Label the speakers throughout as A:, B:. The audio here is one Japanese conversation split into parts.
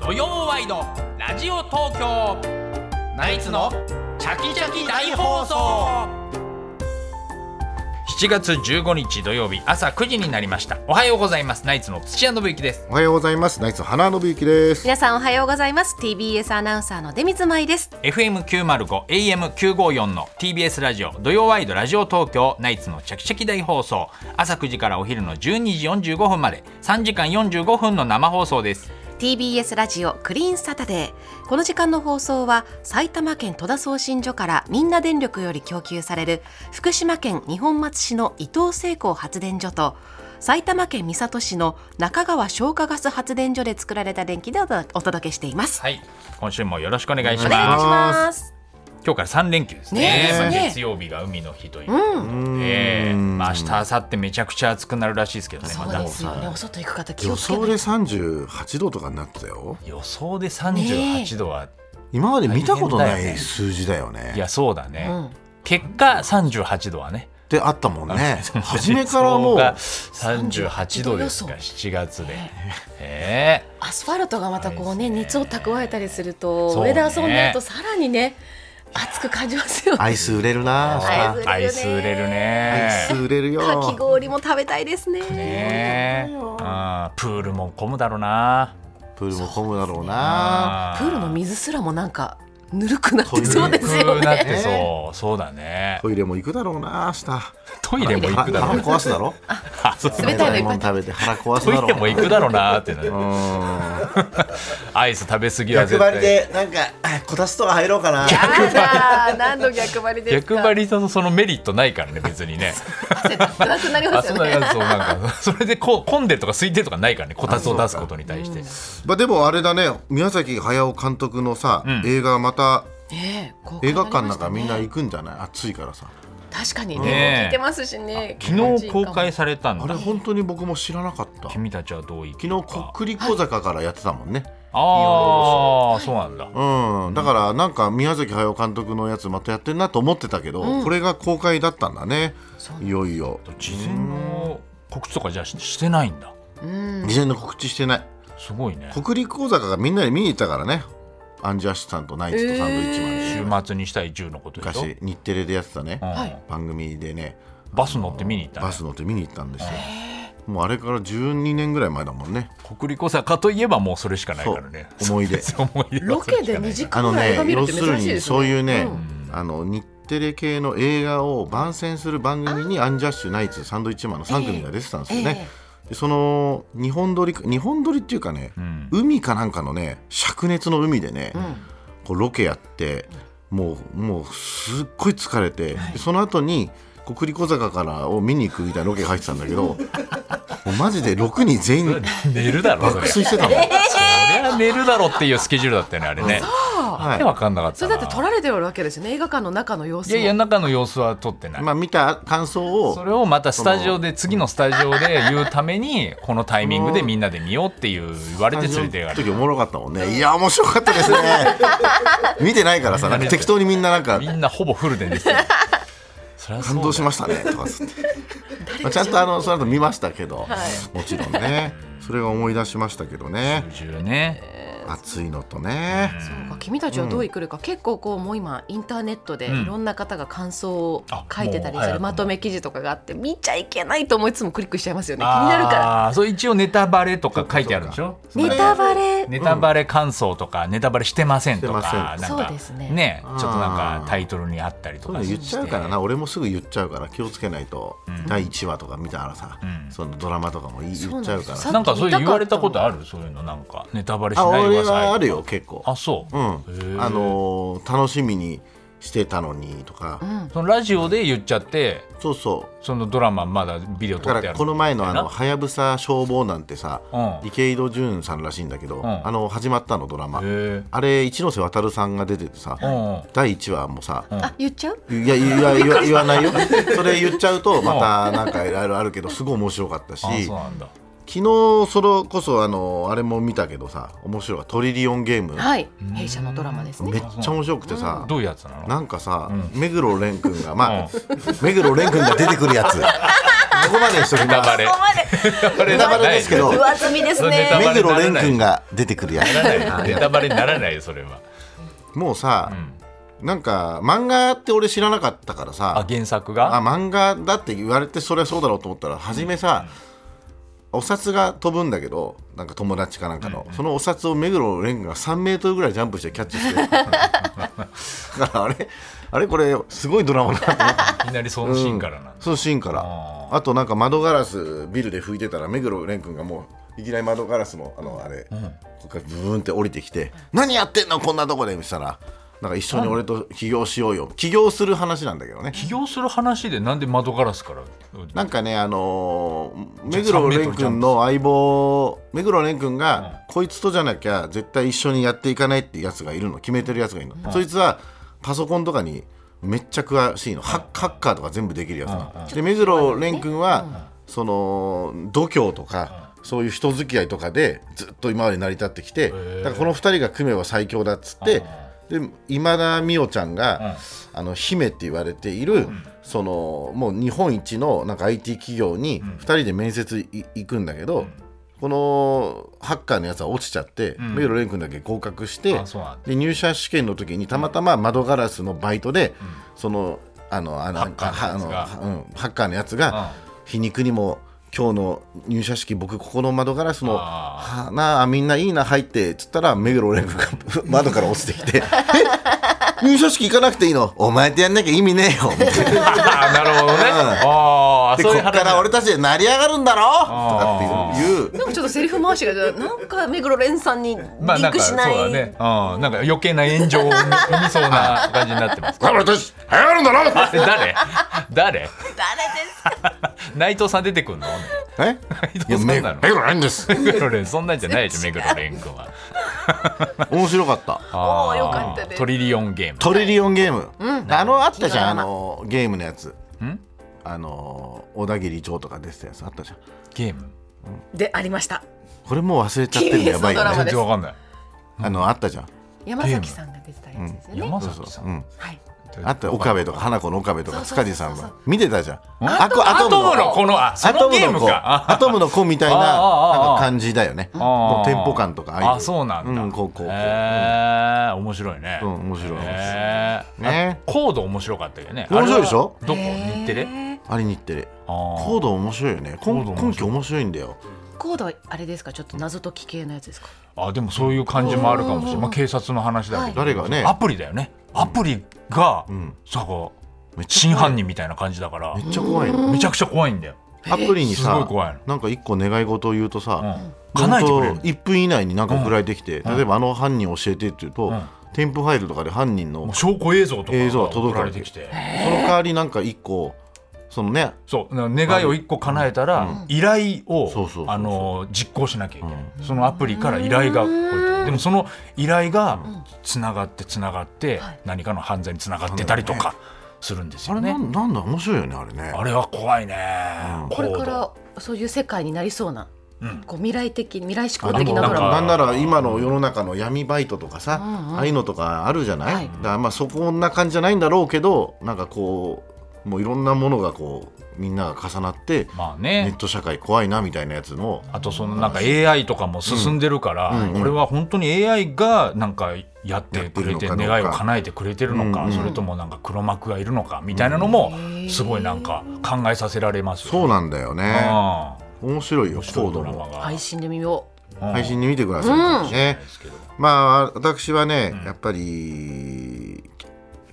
A: 土曜ワイドラジオ東京ナイツのチャキチャキ大放送7月15日土曜日朝9時になりましたおはようございますナイツの土屋信之です
B: おはようございます。ナイツ花信之です。
C: 皆さんおはようございます TBS アナウンサーの出水舞です
A: FM905 AM954 の TBS ラジオ土曜ワイドラジオ東京ナイツのチャキチャキ大放送朝9時からお昼の12時45分まで3時間45分の生放送です
C: TBS ラジオクリーンサタデーこの時間の放送は埼玉県戸田送信所からみんな電力より供給される福島県二本松市の伊東製鋼発電所と埼玉県三郷市の中川消化ガス発電所で作られた電気でお届けしています、
A: はい今週もよろしくお願いし
C: お願いい
A: ま
C: たします
A: す今日から3連休ですね
C: ねえ
A: まあ
C: ねえ
A: 月曜日が海の日ということで、まあ明日明後日めちゃくちゃ暑くなるらしいですけどねま
C: そう
A: た
C: ですよねお外行く方気
B: 予
C: をつけ
B: 想
C: な
B: で
C: い
B: 38度とかになってたよ。
A: 予想で38度は、
B: 今まで見たこと
A: 大変
B: な
A: だよね
B: い数字だよね。
A: いやそうだね、
C: うん
A: 結果38度はね
B: ってあったもんね。初めからもう
A: 三十八度ですか、七月で。ええ
C: アスファルトがまたこ
A: そ
C: うね
A: うですね
C: 熱を蓄えたりすると、
A: そう
C: ウ
A: ね
C: ェザーそうなるとさらにね暑く感じますよね
B: アイス売れるな。明
C: ア
B: 日
C: イ
A: アイス売れる
B: アイ
A: ね
B: ス。売れるよ。
C: かき氷も食べたいですね。
A: ねえ、うんプールも混むだろうな。
B: プールも混むだろうな。
C: プールの水すらもなんかぬるくなって
B: トイレ
C: そうです
A: プー
C: よ
A: ルなっ
C: ね。
A: てそう、そうだね。
B: トイレも行くだろうな。明日。
A: トイレも行くだろう
B: 腹
A: な。
B: 壊すだろ。
A: あそう
C: 冷たいのいっぱ
B: も
C: い
B: ん食べて腹壊す
A: ト
B: だ
A: イ
B: ろ。
A: レも行くだろうなってな
B: う。ん。
A: アイス食べ過ぎは
B: 役
A: 絶
B: 割
A: 対。
B: でなんかあこたつとか入ろうかな。
C: あら何の逆張りですか。
A: 逆張りだとそのメリットないからね別にね。
C: 汗だくなくなりま
A: あ
C: す
A: そ
C: よ
A: うだ
C: ね。
A: よそうなんかそれでこう混んでるとか空いてるとかないからねこたつを出すことに対して。
B: まあでもあれだね。宮崎駿監督のさ
A: ん
B: 映画また
C: ねえ、公開
B: 映
C: にな
B: 画
C: りまし
B: 館なんか
C: たね
B: みんな行くんじゃない。暑いからさ。
C: 確かに
A: ねえ
C: ね、聞いてますしね。
A: 昨日公開されたん
B: あ
A: だ
B: れ。本当に僕も知らなかった。
A: 君たちはどう生きる
B: 昨
A: か
B: 日国立小坂からやってたもんね、
A: ああそうなんだ
B: うんだからなんか宮崎駿監督のやつまたやってんなと思ってたけど、これが公開だったんだねいよいよ
A: 事前の告知とかじゃあししてないんだ
B: 事前の告知してない
A: すごいね
B: 国立小坂がみんなで見に行ったからねアンジュアッシュさんとナイツとサンドイッチマンで、
A: 週末にしたい10のことでしょ、
B: 昔日テレでやってたね、
A: うん
C: はい
B: 番組でね
A: バス乗って見に行ったね
B: バス乗って見に行ったんですよもうあれから12年ぐらい前だもんね
A: 国立小坂といえばもうそれしかないからね
B: そう思い出
A: そう 思い出
C: ロ
A: はそれ
C: ケ
A: しか
C: で
A: ない
C: 2時
B: あ
C: 間
B: の
C: ぐらい映画
B: ね
C: 見るっ
B: 要
C: て
B: す
C: 珍
B: る
C: しい
B: に
C: ですね。
B: そういうね、
C: ん
B: あの日テレ系の映画を番宣する番組にアンジャッシュナイツサンドイッチマンの3組が出てたんですよね、
C: えええ
B: でその日本撮り日本撮りっていうかね、
A: ん
B: 海かなんかのね灼熱の海でね、こうロケやってもうもうすっごい疲れて、でその後に国立小坂からを見に行くみたいなロケが入ってたんだけどもうマジで6人全員
A: 寝るだろそ
B: 爆
A: れ
B: 睡してたもん、
A: そりゃ寝るだろっていうスケジュールだったよねあれねわけ
B: は
A: わかんなかっ
C: そ
A: た
C: れ
A: な
C: だって撮られてるわけですよね。映画館の中の様子
A: い
C: も。
A: やいや中の様子は撮ってない
B: い、まあ見た感想を
A: それをまたスタジオで次のスタジオで言うためにこのタイミングでみんなで見ようっていう言われて連れてやが
B: 時
A: る
B: おもろかったもんね。いや面白かった ですね。見てないからさ、なんか適当にみんななんか
A: みんなほぼフルで寝てたそりゃそうだ
B: 感動しましたねとかつって。まあちゃんとあのその後見ましたけど、もちろんね。それを思い出しましたけどね。
A: 10ね
B: 暑いのとね。
C: そうか君たちはどう生きるか、結構こうもう今インターネットで
A: うん
C: いろんな方が感想を書いてたり
A: あもう
C: す
A: 早
C: る、
A: くも
C: まとめ記事とかがあって見ちゃいけないと思いつつもクリックしちゃいますよね気になるから
A: らそう一応ネタバレとか書いてあるでしょ
B: うか
C: ネタバレ
A: ネタバレ感想とかネタバレしてませんと
B: して
A: かな
B: ま
A: ん
C: そう
A: か
C: ですね
A: ねちょっとなんかタイトルにあったりと
B: そうい
A: か
B: うの
A: して
B: 言っちゃうからな。俺もすぐ言っちゃうから気をつけないと。第一話とか見たらさ、そのドラマとかも言い言っちゃうから。
C: そう
A: なんかそういう言われたことあ
C: さ
A: るそういうのなんかネタバレし
B: あ、
A: ないで
B: 俺
A: ください
B: はあるよ結構。
A: あそう
B: うん。
A: へー
B: あのー楽しみにしてたのにとか。
A: そのラジオで言っちゃって
B: そうそう。
A: そのドラマまだビデオ撮
B: だ
A: っ
B: か
A: てあ
B: ら
A: る
B: この前のあ
A: な
B: の「はやぶさ消防団」ってさ、
A: うん
B: 池井戸潤さんらしいんだけど、
A: ん
B: あの始まったのドラマ、
A: へ
B: あれ一ノ瀬渉さんが出ててさ、
A: んうん
B: 第1話もさ、
C: あ言っちゃう
B: いやいや言 わ言わないよそれ言っちゃうとまたなんかいろいろあるけどすごい面白かったし
A: あそう
B: 昨
A: なんだ
B: 日それこそあのあれも見たけどさ面白いトリリオンゲーム、
C: はい弊社のドラマです
B: め
C: ね
B: っちゃ面白くてさ、
A: どういうやつなの
B: なんかさ、目黒蓮君がまあ、目黒蓮君が出てくるやつこまでにしとき
A: ネタ
B: ま
A: バ
B: す
A: レ
D: ここまで
B: ネタバレですけど
D: 上積みです
A: ネ
D: ね
A: タバレ
B: 目黒蓮君が出てくるや
A: な
B: つ
A: らないネタバレにならないよそれは、
B: もうさ
A: う、ん、
B: なんか漫画って俺知らなかったから
A: あ
B: さ
A: 原作
B: あ
A: が
B: 漫画だって言われてそれはそうだろうと思ったら初めさ、お札が飛ぶんだけどなんか友達かなんかの、そのお札を目黒蓮が3メートルぐらいジャンプしてキャッチして だからあれあれこれすごいドラマだなと思って
A: いきなりそのシーンからな、
B: うんそのシーンから
A: あ
B: あとなんか窓ガラスビルで拭いてたら目黒蓮君がもういきなり窓ガラスのあのあれ、ここからブーンって降りてきて「何やってんのこんなとこで」したらなんか一緒に俺と起業しようよ起業する話なんだけどね
A: 起業する話でなんで窓ガラスから
B: なんかねあのー目黒蓮君の相棒目黒蓮君が、こいつとじゃなきゃ絶対一緒にやっていかないってやつがいるの決めてるやつがいるの、そいつはパソコンとかにめっちゃ詳しいの、ハッハッカーとか全部できるやつなの、で目黒蓮君は、その度胸とか、そういう人付き合いとかでずっと今まで成り立ってきて、だからこの2人が組めば最強だっつって、で今田美桜ちゃんが、あの姫って言われている、そのもう日本一のなんか IT 企業に2人で面接い行くんだけど、このハッカーのやつは落ちちゃって、目黒蓮君だけ合格して、
A: あそうなんだ
B: で入社試験の時にたまたま窓ガラスのバイトで、そのあのあの
A: ハッカーのやつが
B: あのうんハッカーのやつが皮肉にも今日の入社式僕ここの窓ガラスの
A: あ
B: 花あみんないいな入ってっつったら目黒蓮君が窓から落ちて きてえ入社式行かなくていいのお前とやんなきゃ意味ねえよみたいな
A: あなるほどね、 ああ
B: で
A: そうい
B: こ
A: う
B: っか
A: 話
B: ら俺たちで成り上がるんだろとかっていう
C: なんかちょっとセリフ回しがなんか目黒蓮さんにリ
A: まあ
C: ン
A: なん
C: ク
A: か
C: し
A: そう
C: ない、
A: だね、うん、なんか余計な炎上を生み生みそうな感じになって ます。
B: 俺たち流行るんだろ
A: え誰誰
D: 誰ですか
A: 内藤さん出てくんの
B: えいや
A: そう
B: 目
A: なの
B: 目黒蓮です
A: 目黒蓮そんなんじゃないでしょ目黒蓮君は。
B: 面白かった
A: あ
D: お
A: ー
D: ーよかったです
A: トリリオンゲーム。
B: トリリオンゲーム、あのあったじゃんあ
C: 金
B: のゲームのやつあの小田切長とか出てたやつあったじゃん
A: ゲーム
C: でありました
B: これもう忘れちゃってるのやばいよ
C: ドラ
A: 全
B: ね
C: マです
A: 然わかんない。
B: あのあったじゃん
C: 山崎さんが出てたやつですよね、
A: 山
B: そう
A: 崎
B: そ
A: さ。
B: う、うんん、
C: はい
B: あったよ岡部とか花子の岡部とか
C: そ
B: 塚
C: うそうそうそう
B: 地さんは見てたじゃん
A: アトアトムのこのあそ
B: ア
A: の
B: トム
A: ゲー
B: の
A: ム
B: 子
A: か。あ
B: アトムの子みたいな
A: ああああ
B: なんか感じだよねもうテンポ感とかああい
A: あそうなんだ。
B: うんこうこうこう
A: へえ面白いね。
B: うん面白い面白い
A: へー
B: ね
A: あコード面白かったよね。
B: 面白いでしょ
A: あれはどこ日テレ？
B: あれ日テレコ
A: コ
B: ード面白いよねこん
A: コード面白い
B: 今期面白いんだよ
C: コードはあれですかちょっと謎解き系のやつですか
A: あでもそういう感じもあるかもしれない、まあ、警察の話だけど、
B: はい誰がね
A: アプリだよねアプリが、
B: ん
A: さこう
B: めっちゃ
A: 真犯人みたいな感じだから
B: めっちゃ怖いの
A: めちゃくちゃ怖いんだよ
B: アプリに
A: すごい
B: さ
A: 怖いの
B: なんか一個願い事を言うとさ、
A: うん叶えてくれる
B: 本当一1分以内に何か送られてきて、例えばあの犯人教えてって言うと、
A: ん
B: 添付ファイルとかで犯人の
A: 証拠映像とか
B: 映像
A: が
B: が届
A: 送
B: かられ
A: れ
B: て
A: て
B: き
A: きて
B: その代わりなんか1個そのね
A: そうな願いを一個叶えたら、依頼を
B: そうそうそうそう
A: あの実行しなきゃいけない、そのアプリから依頼が来るでもその依頼がつながってつながって、何かの犯罪につながってたりとかするんです
B: あ
A: よ
B: れ
A: ね。あ
B: な
A: れ
B: んなんだ面白いよねあれね
A: は怖いね、コード
C: これからそういう世界になりそうな、こう未来的未来志向
B: で
C: 的
B: も
C: な
B: なん
C: ドラ
B: か
C: マ
B: なんなら今の世の中の闇バイトとかさ、
C: うんうん
B: ああいうのとかあるじゃない、
C: はい
B: だからまあそこんな感じじゃないんだろうけどなんかこうもういろんなものがこうみんなが重なって
A: まあ
B: ネ
A: ね
B: ット社会怖いなみたいなやつの
A: あとそのなんか AI とかも進んでるから、
B: うんうん
A: これは本当に AI がなんかやってくれて
B: やってるのかどうか
A: 願いを叶えてくれてるのか、
B: うんうん
A: それともなんか黒幕がいるのかみたいなのも
C: うん
A: すごいなんか考えさせられますよ
B: そう
A: ね。
B: なんだよね
A: ああ
B: 面白いよ
A: 面
B: コ
A: 白い
B: ード
A: ドラ
B: も
A: マが
C: 配信で見よ
A: うん
B: 配信に見てくださいね、
A: ですけど
B: まあ私はね、やっぱり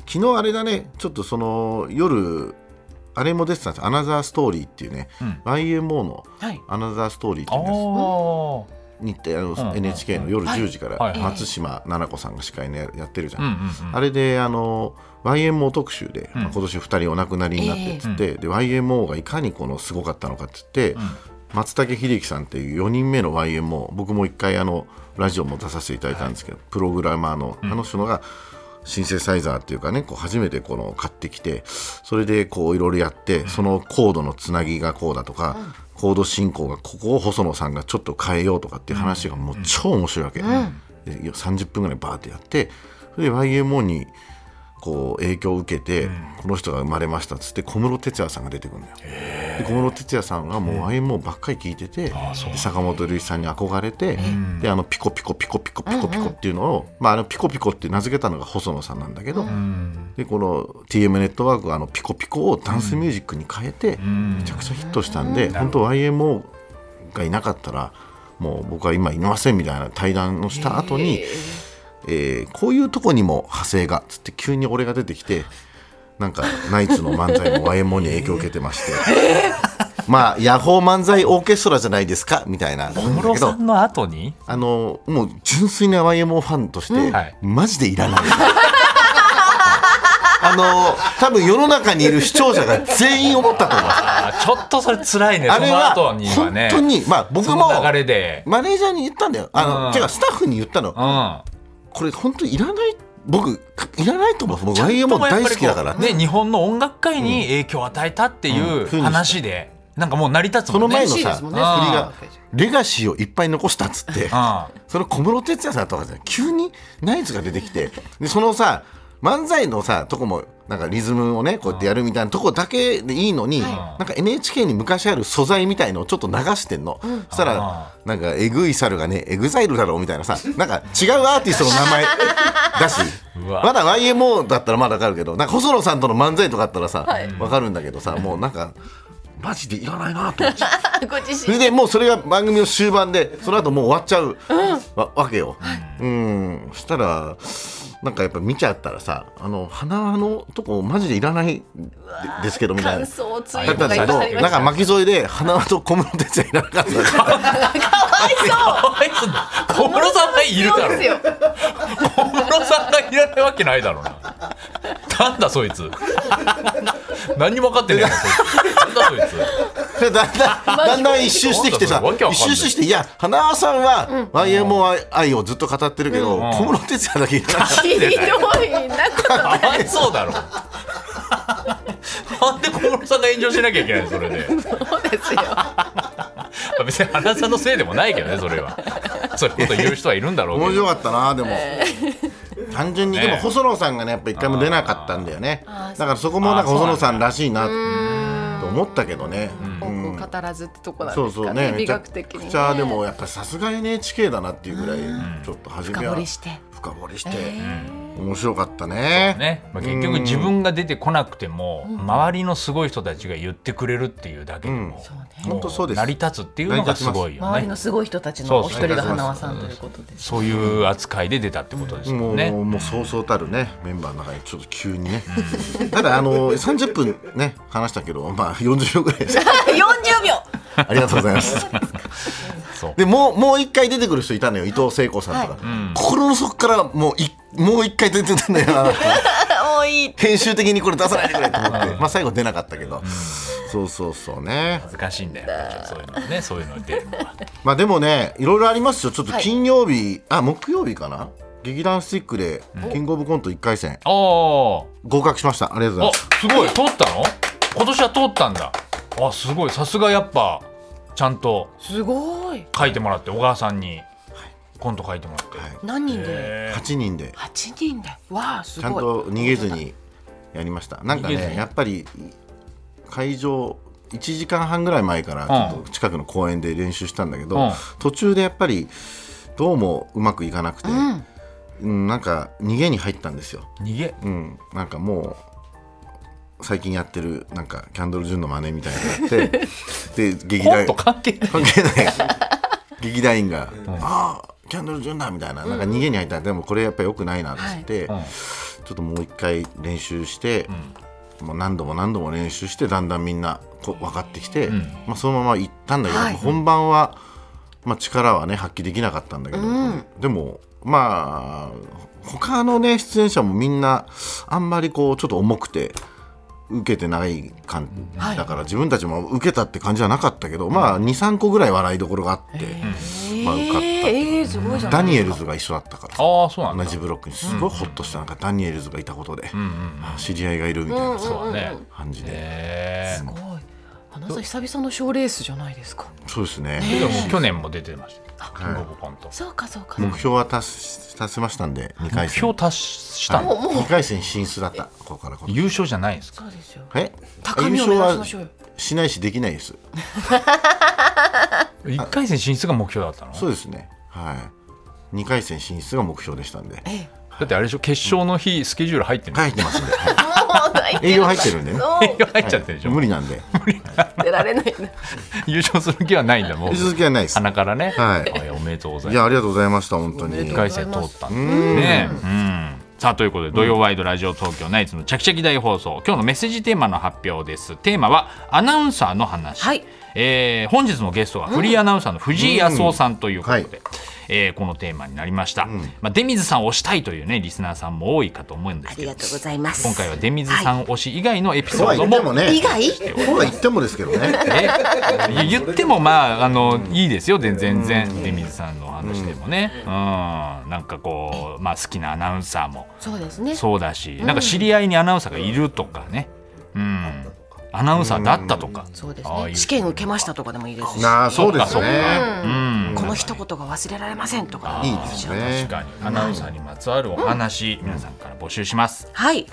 B: 昨日あれだねちょっとその夜あれも出てたんですアナザーストーリーっていうね、
A: うん
B: YMO の
C: うはい
B: アナザーストーリーって
A: あ
B: いうや
A: ー
B: つ日程あの、
A: うん
B: NHK の夜10時か
A: はい
B: ら
A: はい
B: 松島菜々子さんが司会のややってるじゃ、
A: うんんうんうん
B: あれであの YMO 特集で、
A: うん
B: まあ今年2人お亡くなりになってっつって、で YMO がいかにこのすごかったのかっつって、松竹秀樹さんっていう4人目の YMO 僕も一回あのラジオも出させていただいたんですけど、プログラマーのあの人のがシンセサイザーっていうかねこう初めてこの買ってきてそれでこういろいろやってそのコードのつなぎがこうだとか、コード進行がここを細野さんがちょっと変えようとかっていう話がもう超面白いわけ、で30分ぐらいバーってやってそれで YMO にこう影響を受けて、
A: うん
B: この人が生まれましたっつって小室哲哉さんが出てくるのよ。で小室哲哉さんがもう IMO ばっかり聞いてて、
A: ああそう
B: で坂本龍一さんに憧れて、
A: ん
B: であのピコピコピコピコピコピコっていうのを、まあ、あのピコピコって名付けたのが細野さんなんだけど、
A: うん
B: でこの TM ネットワークはあのピコピコをダンスミュージックに変えて、
A: うん
B: めちゃくちゃヒットしたんで、
A: ん
B: 本当 YMO がいなかったらもう僕は今いませんみたいな対談をした後に、えーこういうとこにも派生がっつって急に俺が出てきてなんかナイツの漫才も YMO に影響を受けてまして。まあ、ヤホー漫才オーケストラじゃないですかみたいな
A: 小室さんの後に
B: あのもう純粋な YMO ファンとして、
A: はい
B: マジでいらない。 あの多分世の中にいる視聴者が全員思ったと思います。
A: あーちょっとそれ辛いね
B: あ
A: そ
B: れ
A: の
B: は
A: 後には
B: 本
A: ね
B: 当に、まあ僕
A: そ
B: も
A: の流れで
B: マネージャーに言ったんだよ。あ
A: うん
B: のてかスタッフに言ったの
A: う。ん
B: これ本当いらない。僕かいらないと思う。僕 YMO
A: やっぱり
B: 大
A: こ
B: 好
A: う
B: きだから。
A: ね、日本の音楽界に影響を与えたってい
B: うん
A: う
B: ふうに
A: 話で、なんかもう成り立つ
B: そ
A: も
B: の
A: んね
B: 前の
E: 嬉しいで
B: さ
E: すもん
A: ね
B: 振り
A: あ
B: がレガシーをいっぱい残したっつって。
A: う
B: その小室哲哉さんとかじゃない急にナイツが出てきてでそのさ漫才のさとこもなんかリズムをねこうやってやるみたいなとこだけでいいのに、なんか NHK に昔ある素材みたいのをちょっと流してんの、そしたらなんかえぐい猿がねエグザイルだろうみたいなさなんか違うアーティストの名前 だし
A: うわ
B: まだ YMO だったらまだわかるけどなんか細野さんとの漫才とかあったらさ、わかるんだけどさもうなんかマジでいらないなと思って。
D: ご自
B: それ
D: 身
B: でもうそれが番組の終盤でその後もう終わっちゃうわ,、わけよ。うんそしたらなんかやっぱ見ちゃったらさあの鼻のとこマジでいらないでですけどみたい
D: 感
B: な。
D: 想をツ
B: だ
D: イー
B: った
D: ト
B: んだけ
D: がいっぱい
B: ど
D: ありま
B: な
D: し
B: んか巻き添えで鼻と小室哲哉いらなかったから
A: ん、かわいそう小室さんがいるだ
D: た
A: ろ
D: んですよ
A: 小室さんがいらないわけないだろうななんだそいつ何にも分かってねえなそいつなんだそい
B: それだんだんだんだん一周してきてさ
A: わけわかん
B: 一
A: ない
B: 周してきていや花輪さんは YMO 愛をずっと語ってるけど
A: ん
B: 小室哲哉だけいらなかった
D: ひどいなこと
A: つかわいそうだろなんで小室さんが炎上しなきゃいけないのそれで
D: そうで すよ
A: 別に花さんのせいでもないけどねそれはそういうこと言う人はいるんだろう
B: 面
A: けど
B: 白かったなでも、単純に
A: ねえ
B: でも細野さんがねやっぱ一回も出なかったんだよね
D: あ
B: だ
D: ー
B: からそこもなんか
A: あー
B: 細野さんらしいなと思ったけどね、
D: 多く語らずってとこなん
B: そ
D: で
B: う
D: す
B: そう
D: か
B: ね
D: ね
B: め
D: 美
B: ちゃ
D: 学
B: く
D: 的にね
B: ちゃでもやっぱさすが NHK だなっていうぐらいちょっと初め
C: 深
B: は
C: 掘りして
B: 深掘りして面白かったね
A: ねまあ、結局自分が出てこなくても周りのすごい人たちが言ってくれるっていうだけでも,、も
B: 本当そうです
A: 成り立つっていうのがすごいよ
E: 周り
A: ね
E: のすごい人たちのお一人が花輪さんということで
A: そういう扱いで出たってことです
B: も
A: も
B: うん
A: ね。
B: もうそうそうたるねメンバーの中にちょっと急にねただあの30分ね話したけどまあ40秒ぐらいです
D: 40秒
B: ありがとうございます
A: そう
B: でもうもう一回出てくる人いたのよ伊藤聖子さんとか、心の底からもういもう一回出てたんだよ な
D: もういい
B: 編集的にこれ出さないでくれと思ってまあ最後出なかったけど、そうそうそうね
A: 難しいんだよやっぱりそういうのねそういうの出るのは
B: まあでもねいろいろありますよちょっと金曜日、あ木曜日かな劇団スティックでキングオブコント1回戦
A: おー
B: 合格しましたありがとうござい
A: あ
B: ます
A: すごい通ったの今年は通ったんだあすごいさすがやっぱちゃんと
E: すごい
A: 書いてもらって小川さんにコント書いてもらって、
B: はい
E: 何人で
A: へー
B: 8人で
E: 八人でわあす
B: ちゃん
E: ごい
B: と逃げずにやりましたなんか
A: 逃げず
B: ね
A: に
B: やっぱり会場1時間半ぐらい前からちょっと近くの公園で練習したんだけど、
A: うん
B: 途中でやっぱりどうもうまくいかなくて、うんなんか逃げに入ったんですよ、
A: 逃げ
B: うん、なんかもう最近やってるなんかキャンドル・ジュンの真似みたいなのやって で劇
A: コン
B: 団
A: ト関係ない
B: 関係ない劇団員が「ああキャンドル・ジュンだ」みたいななんか逃げに入ったらでもこれやっぱ良くないなっつって、
A: うん
B: ちょっともう一回練習して、もう何度も何度も練習してだんだんみんなこう分かってきて、まあ、そのまま行ったんだけど、本番は、まあ、力はね発揮できなかったんだけど、でもまあ他のね出演者もみんなあんまりこうちょっと重くて。受けてない感だから自分たちも受けたって感じはなかったけど、まあ23個ぐらい笑いどころがあって、まあ、受か
E: え
B: った
E: ーえーすごいじゃん
B: ダニエルズが一緒だったから
A: ああそうなん
B: 同
A: だ
B: じブロックにすごいホッとしたなんかダニエルズがいたことで、あ知り合いがいるみたいな
A: そうだね
B: 感じで、
A: へー
E: すごい花さん久々の賞ーレースじゃないですか
B: そうですね、
A: いやもう去年も出てましたよ。キングオブコント。
E: そうかそうか、
B: 目標は達し達せましたんで2
A: 目
B: 回戦
A: 標達したの、
B: はい、2回戦進出だったここからこ
A: 優勝じゃないんですか。
E: そうですよ
B: え
E: 高みを目指しましょうよ
B: しないしできないです
A: 一回戦進出が目標だったの。
B: そうですねはい2回戦進出が目標でしたんで
A: だってあれでしょ決勝の日スケジュール入ってるの。
B: 入ってますんで
D: もう泣いて
B: 営業入ってるんでね
D: そう
A: 入っちゃってるでしょ。
B: 無理なんで
D: 出られないな
A: 優勝する気はないんだもう。
B: 続きはないです
A: 鼻からね。
B: はい
A: あやおめでとうござい
B: い
A: ま
B: やありがとうございました本当に
A: す。一回戦通ったんだね。うん。さあということで土曜ワイドラジオ東京ナイツのチャキチャキ大放送今日のメッセージテーマの発表ですテーマはアナウンサーの話、
C: はい
A: えー本日のゲストはフリーアナウンサーの藤井康夫さんということで、
B: うんはい
A: えーこのテーマになりました、まあ、出水さんを推したいというねリスナーさんも多いかと思うんで
C: あ
A: すけ
C: り
A: ど
C: がとうございます
A: 今回は出水さん推し以外のエピ
B: と
A: ソー
B: は
A: ド
B: 言っても
A: も、
B: ね
C: 以外
B: とは言ってもですけどね
A: えいや言ってもまああのいいですよ全然全然出水さんのお話でもね、うん、なんかこう、まあ、好きなアナウンサーも
E: そうですね
A: そうだし、なんか知り合いにアナウンサーがいるとかね、うん、アナウンサーだったとか、
E: そうです
A: ああい
E: ね
A: う
C: 試験受けましたとかでもいいですし
B: なあそうですね
A: うん、
C: この一言が忘れられませんとか
B: いいです
A: 確
B: ね
A: かにアナウンサーにまつわるお話、皆さんから募集します。
C: はい。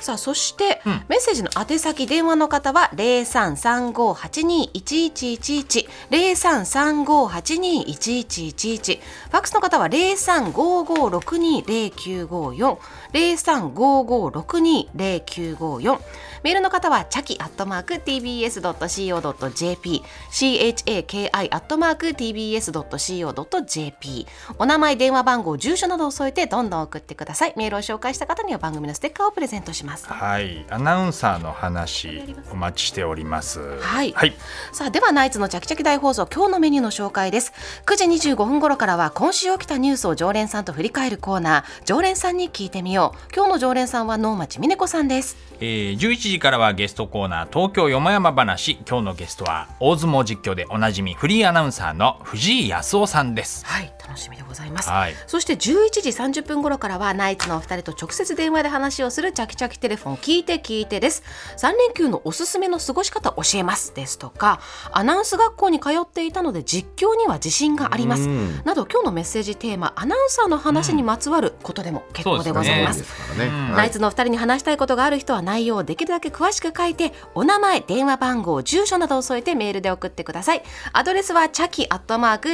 C: さあそして、メッセージの宛先電話の方は零三三五八二一一一一零三三五八二一一一一ファックスの方は零三五五六二零九五四零三五五六二零九五四メールの方はチャキアットマーク tbs ドット co ドット jp c h a k i アットマーク tbs ドット co ドット jp お名前電話番号住所などを添えてどんどん送ってくださいメールを紹介した方には番組のステッカーをプレゼントします
A: はい、アナウンサーの話お待ちしております。
C: はい
A: はい、
C: さあではナイツのチャキチャキ大放送今日のメニューの紹介です9時25分頃からは今週起きたニュースを常連さんと振り返るコーナー常連さんに聞いてみよう今日の常連さんは能町美ね子さんです
A: えー、11時からはゲストコーナー東京よもやま話今日のゲストは大相撲実況でおなじみフリーアナウンサーの藤井康夫さんです。
C: はい楽しみでございます、
A: はい
C: そして11時30分頃からはナイツのお二人と直接電話で話をするチャキチャキテレフォン聞いて聞いてです3連休のおすすめの過ごし方教えますですとかアナウンス学校に通っていたので実況には自信があります
B: うん
C: など今日のメッセージテーマアナウンサーの話にまつわることでも結構でございま
B: ですすからね
C: ナ
B: は
C: イ
B: い
C: ツのお二人に話したいことがある人は内容をできるだけ詳しく書いてお名前電話番号住所などを添えてメールで送ってくださいアドレスはチャキアットマーク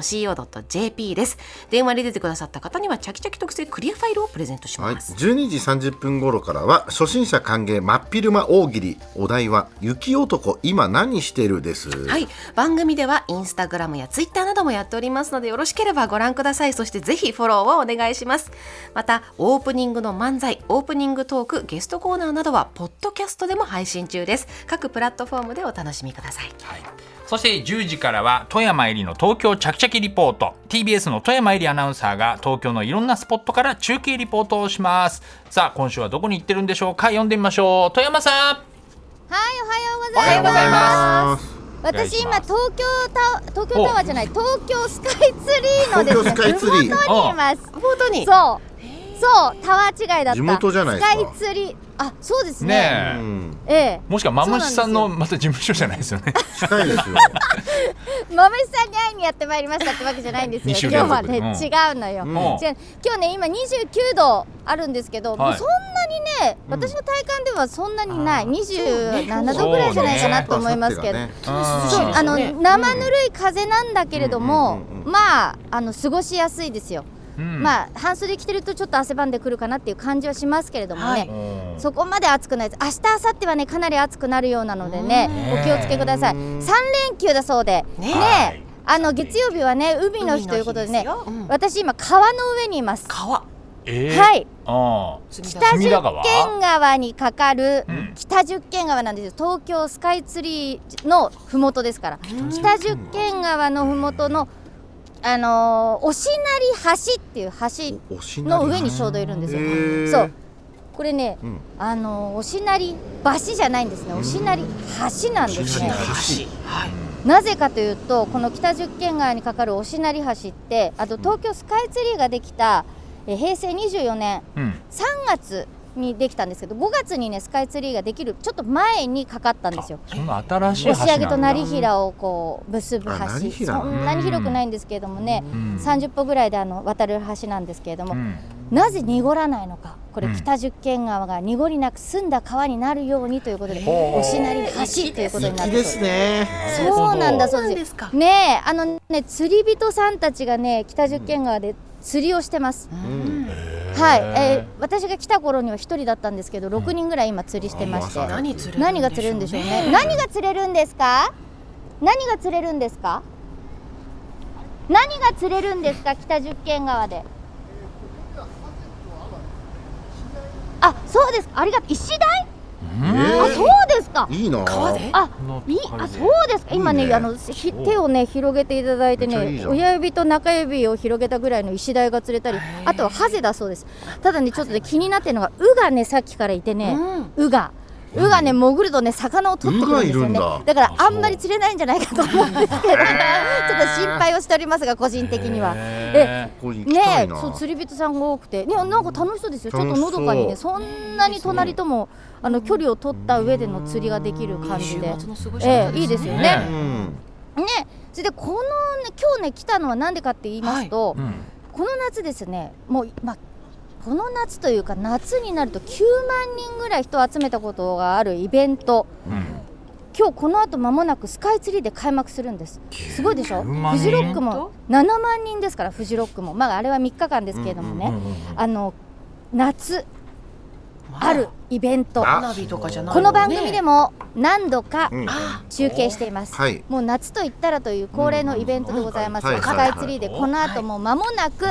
C: TBS.CO.JP です電話で出てくださった方にはチャキチャキ特製クリアファイルをプレゼントし
B: はい、
C: ます、
B: 12時30分頃からは初心者歓迎真っ昼間大喜利お題は「雪男今何してる?」です、
C: はいい、番組ではインスタグラムやツイッターなどもやっておりますのでよろしければご覧くださいそしてぜひフォローをお願いしますまたオープニングの漫才オープニングトークゲストコーナーなどはポッドキャストでも配信中です各プラットフォームでお楽しみください
A: はい、そして10時からは富山えりの東京ちゃきちゃきリポート TBS の富山えりアナウンサーが東京のいろんなスポットから中継リポートをしますさあ今週はどこに行ってるんでしょうか読んでみましょう富山さん
F: はい、おはようございます。
B: ます
F: 私今
A: お願いします
F: 東京タワー、東京タワーじゃない、東京スカイツリーのです
B: 東京
F: ね、
B: スカイツリー
F: ふもとにいます。
C: 本当に
F: そう、そう、タワー違いだった。
B: 地元じゃないですか
F: スカイツリー、あ、そうですね。
A: ねえ、
B: うん、
F: ええ、
A: もしくはマムシさん
F: そ
A: の
F: う
A: また事務所じゃないですよね
B: 近いですよ
F: まぶしさんに会いにやってまいりましたってわけじゃないんです
A: 二
F: よ。
A: 週
F: 今
A: 連
F: 日
A: 続
F: は
A: でうん
F: ね、違 うのよ。
B: う
A: うんん
F: 違う今日ね今29度あるんですけど、
A: はい
F: もうそんなにね私の体感ではそんなにない、27度ぐらいじゃないかなと思いますけど、そうあの生ぬるい風なんだけれども、
B: うんうんうんうん
F: まああの過ごしやすいですよ、
A: うん
F: まあ半袖着てるとちょっと汗ばんでくるかなっていう感じはしますけれどもね、
A: う
F: そこまで暑くないです明日明後日はねかなり暑くなるようなのでねお気をつけください
B: うん
F: 3連休だそうでね
A: はい
F: あの月曜日はね海の日ということでね私今川の上にいます
C: 川
A: えー、
F: はい
A: あー
F: 北十
A: 隅田川
F: 間川に架かる
A: うん
F: 北十間川なんですよ東京スカイツリーのふもとですから北十間川のふもとのあのーおしなり橋っていう橋
B: おしなり
F: の上にちょうどいるんですよ、
B: へー
F: そうこれね、
B: うん
F: あのーおしなり橋じゃないんですねおしなり橋なんですね
B: おしなり
F: なぜかというとこの北十間川に架かるおしなり橋ってあと東京スカイツリーができた、えー平成24年
A: うん
F: 3月にできたんですけど5月にねスカイツリーができるちょっと前にかかったんですよ。
A: その新しい橋なんだ
F: 押上と成平をこう結ぶ
B: あ
F: 橋
B: 成平
F: そんなに広くないんですけれどもね、
A: うん
F: 30歩ぐらいであの渡る橋なんですけれども、
A: うん
F: なぜ濁らないのかこ
A: う
F: れ
A: ん
F: 北十軒川が濁りなく澄んだ川になるようにということで、
A: ほう
F: おしなり橋ということになってそうです
B: ね
F: そうなんだそ
C: そう
F: う
C: なん
F: で
C: です
F: す
C: か
F: ねえあのね釣り人さんたちがね北十軒川で釣りをしてます、はい、えー私が来た頃には一人だったんですけど6人ぐらい今釣りしてまして、
B: あまあ
E: 何釣れる
F: 何が釣れるんでしょうね。何が釣れるんですか。何が釣れるんですか。何が釣れるんですか、北十軒川で。あ、そうです。ありがとう。石鯛。あ、そうですか。
B: いいな
E: 川で
F: あ、いあ、そうですか。今
B: いい
F: ね、
B: ね
F: あの、ひ手をね、広げていただいて
B: めっちゃいい
F: ね
B: じ、ゃん
F: 親指と中指を広げたぐらいの石鯛が釣れたり。あとはハゼだそうです。ただね、ちょっとね、気になってるのが、ウがね、さっきからいてね、ウが。ウがね、潜るとね、魚を取ってくるんですよね
B: ウがいるんだ。
F: だから、あんまり釣れないんじゃないかと思うんですけど、ちょっと心配をしておりますが、個人的には。え
B: ここに行きた
F: ね
B: いな
F: そう釣り人さんが多くて、ね、なんか楽しそうですよ、ちょっとのどかに
B: 楽
F: ね、
B: し
F: そんなに隣ともあの距離を取った上での釣りができる感じで
E: 週、末の過ごし方
F: ええいいですよね。
B: う
A: ね
B: ん
F: ね、それでこの、ね、今日ね来たのは何でかって言いますと、
A: うん
F: この夏ですねもう、まあ、この夏というか夏になると9万人ぐらい人を集めたことがあるイベント
A: うん
F: 今日この後間もなくスカイツリーで開幕するんですすごいでしょ
A: 9万人
F: フジロックも7万人ですからフジロックも、まあ、あれは3日間ですけれどもね、
A: うんうんうん
F: あの夏あるイベント
E: 花火とかじゃない
F: この番組で
E: も
F: も何度か
B: うん
F: 中継しています、
B: はい
F: もう夏といったらという恒例のイベントでございます、
B: うんはい
F: スカイツリーでこの後も間もなく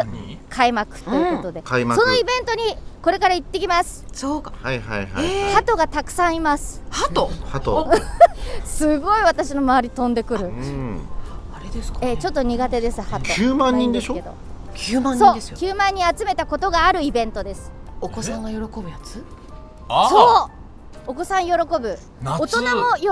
F: 開幕ということで、
B: 開幕
F: そのイベントにこれから行ってきます
E: そうか
B: はいはいはい
F: 鳩がたくさんいます
E: 鳩
B: 鳩
F: すごい私の周り飛んでくる、
B: うん
E: あれですか
F: えーちょっと苦手です鳩
B: 9万人でしょ
F: ないんすけ
E: 9
F: ど
E: 万
F: そ
E: 人
F: う
E: ですよ
F: 9万人集めたことがあるイベントです
E: お子さんが喜ぶやつ
A: ああ
F: そうお子さん喜ぶ
A: 夏
F: 大人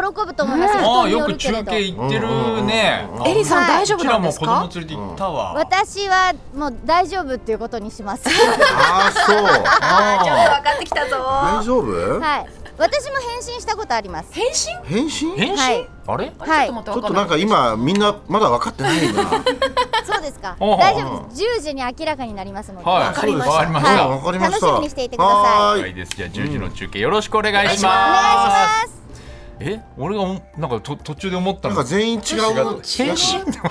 F: も喜ぶと思います、
A: ああ
F: 人に
A: よ
F: よ
A: く
F: るけ
A: 中
F: れど
A: 継行ってるね
B: うんうんうんうん
A: あ
E: エリさん
F: はい
E: 大丈
A: う
E: 夫
A: ち
E: な
A: ら
E: んで
A: も
E: す
A: 子
E: か
A: 供連れて行ったわ
F: 私はもう大丈夫っていうことにし ます
B: あー そう
A: あ
D: 分かってきたぞ。
B: 大丈夫
F: はい私も返信したことあります
E: 変身
B: 返信
A: ー
B: ち
A: 変
F: は
A: 身
F: い
A: あれ
F: は
E: ちょっと
F: い
E: 待って
B: ょっ
E: わ
B: と
E: か
B: なんん
E: ない
B: か今みんなまだ分かってな いな
F: そうですか。
A: おう
F: 大丈夫です。10時に明らかになりますので。
A: はい
E: わかりました
A: わかりまし
F: は
A: た
F: い
B: 分かりました
F: 楽しみにしていてくださ
B: は
A: は
B: ー
A: い
B: い
A: はいですじゃあ10時の中継よろしくお願いします
F: お願いします。
A: え俺がおなんかと途中で思った
B: なん
A: の
B: か全員違う
A: 変身
E: 変身が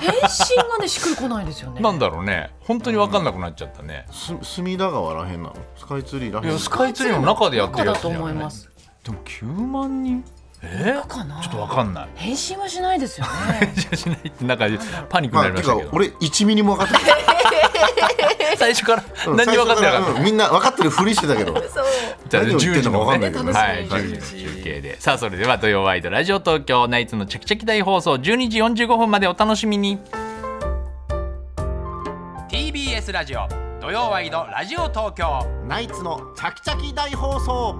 E: ねしっくりこないですよね
A: なんだろうね本当に分かんなくなっちゃったね
B: す隅田川らへんなのスカイツリーら
A: い
B: へん
A: やスカイツリーの中でやってるやつじゃ
E: 中だと思
A: ない
E: い
A: でも
E: ます
A: 9万人えー
E: かな
A: ちょっと分かんない
E: 変身はしないですよね
A: じゃあしないってなんかパニック
B: ま
A: になり
B: あ、て
A: ました
B: か
A: けど
B: 俺1ミリも分かってない
A: 最初から
B: うん
A: 何に分かってなか
B: 最初
A: っ
B: らうんみんな分かってるふりしてたけど
A: たじゃあ
B: 何を言って
A: 10
B: ん
A: 時
B: のか
A: の
B: 分か
A: ね
B: んないけど
A: はい10時の中継でさあそれでは土曜ワイドラジオ東京ナイツのチャキチャキ大放送12時45分までお楽しみに TBS ラジオ土曜ワイドラジオ東京
B: ナイツのチャキチャキ大放送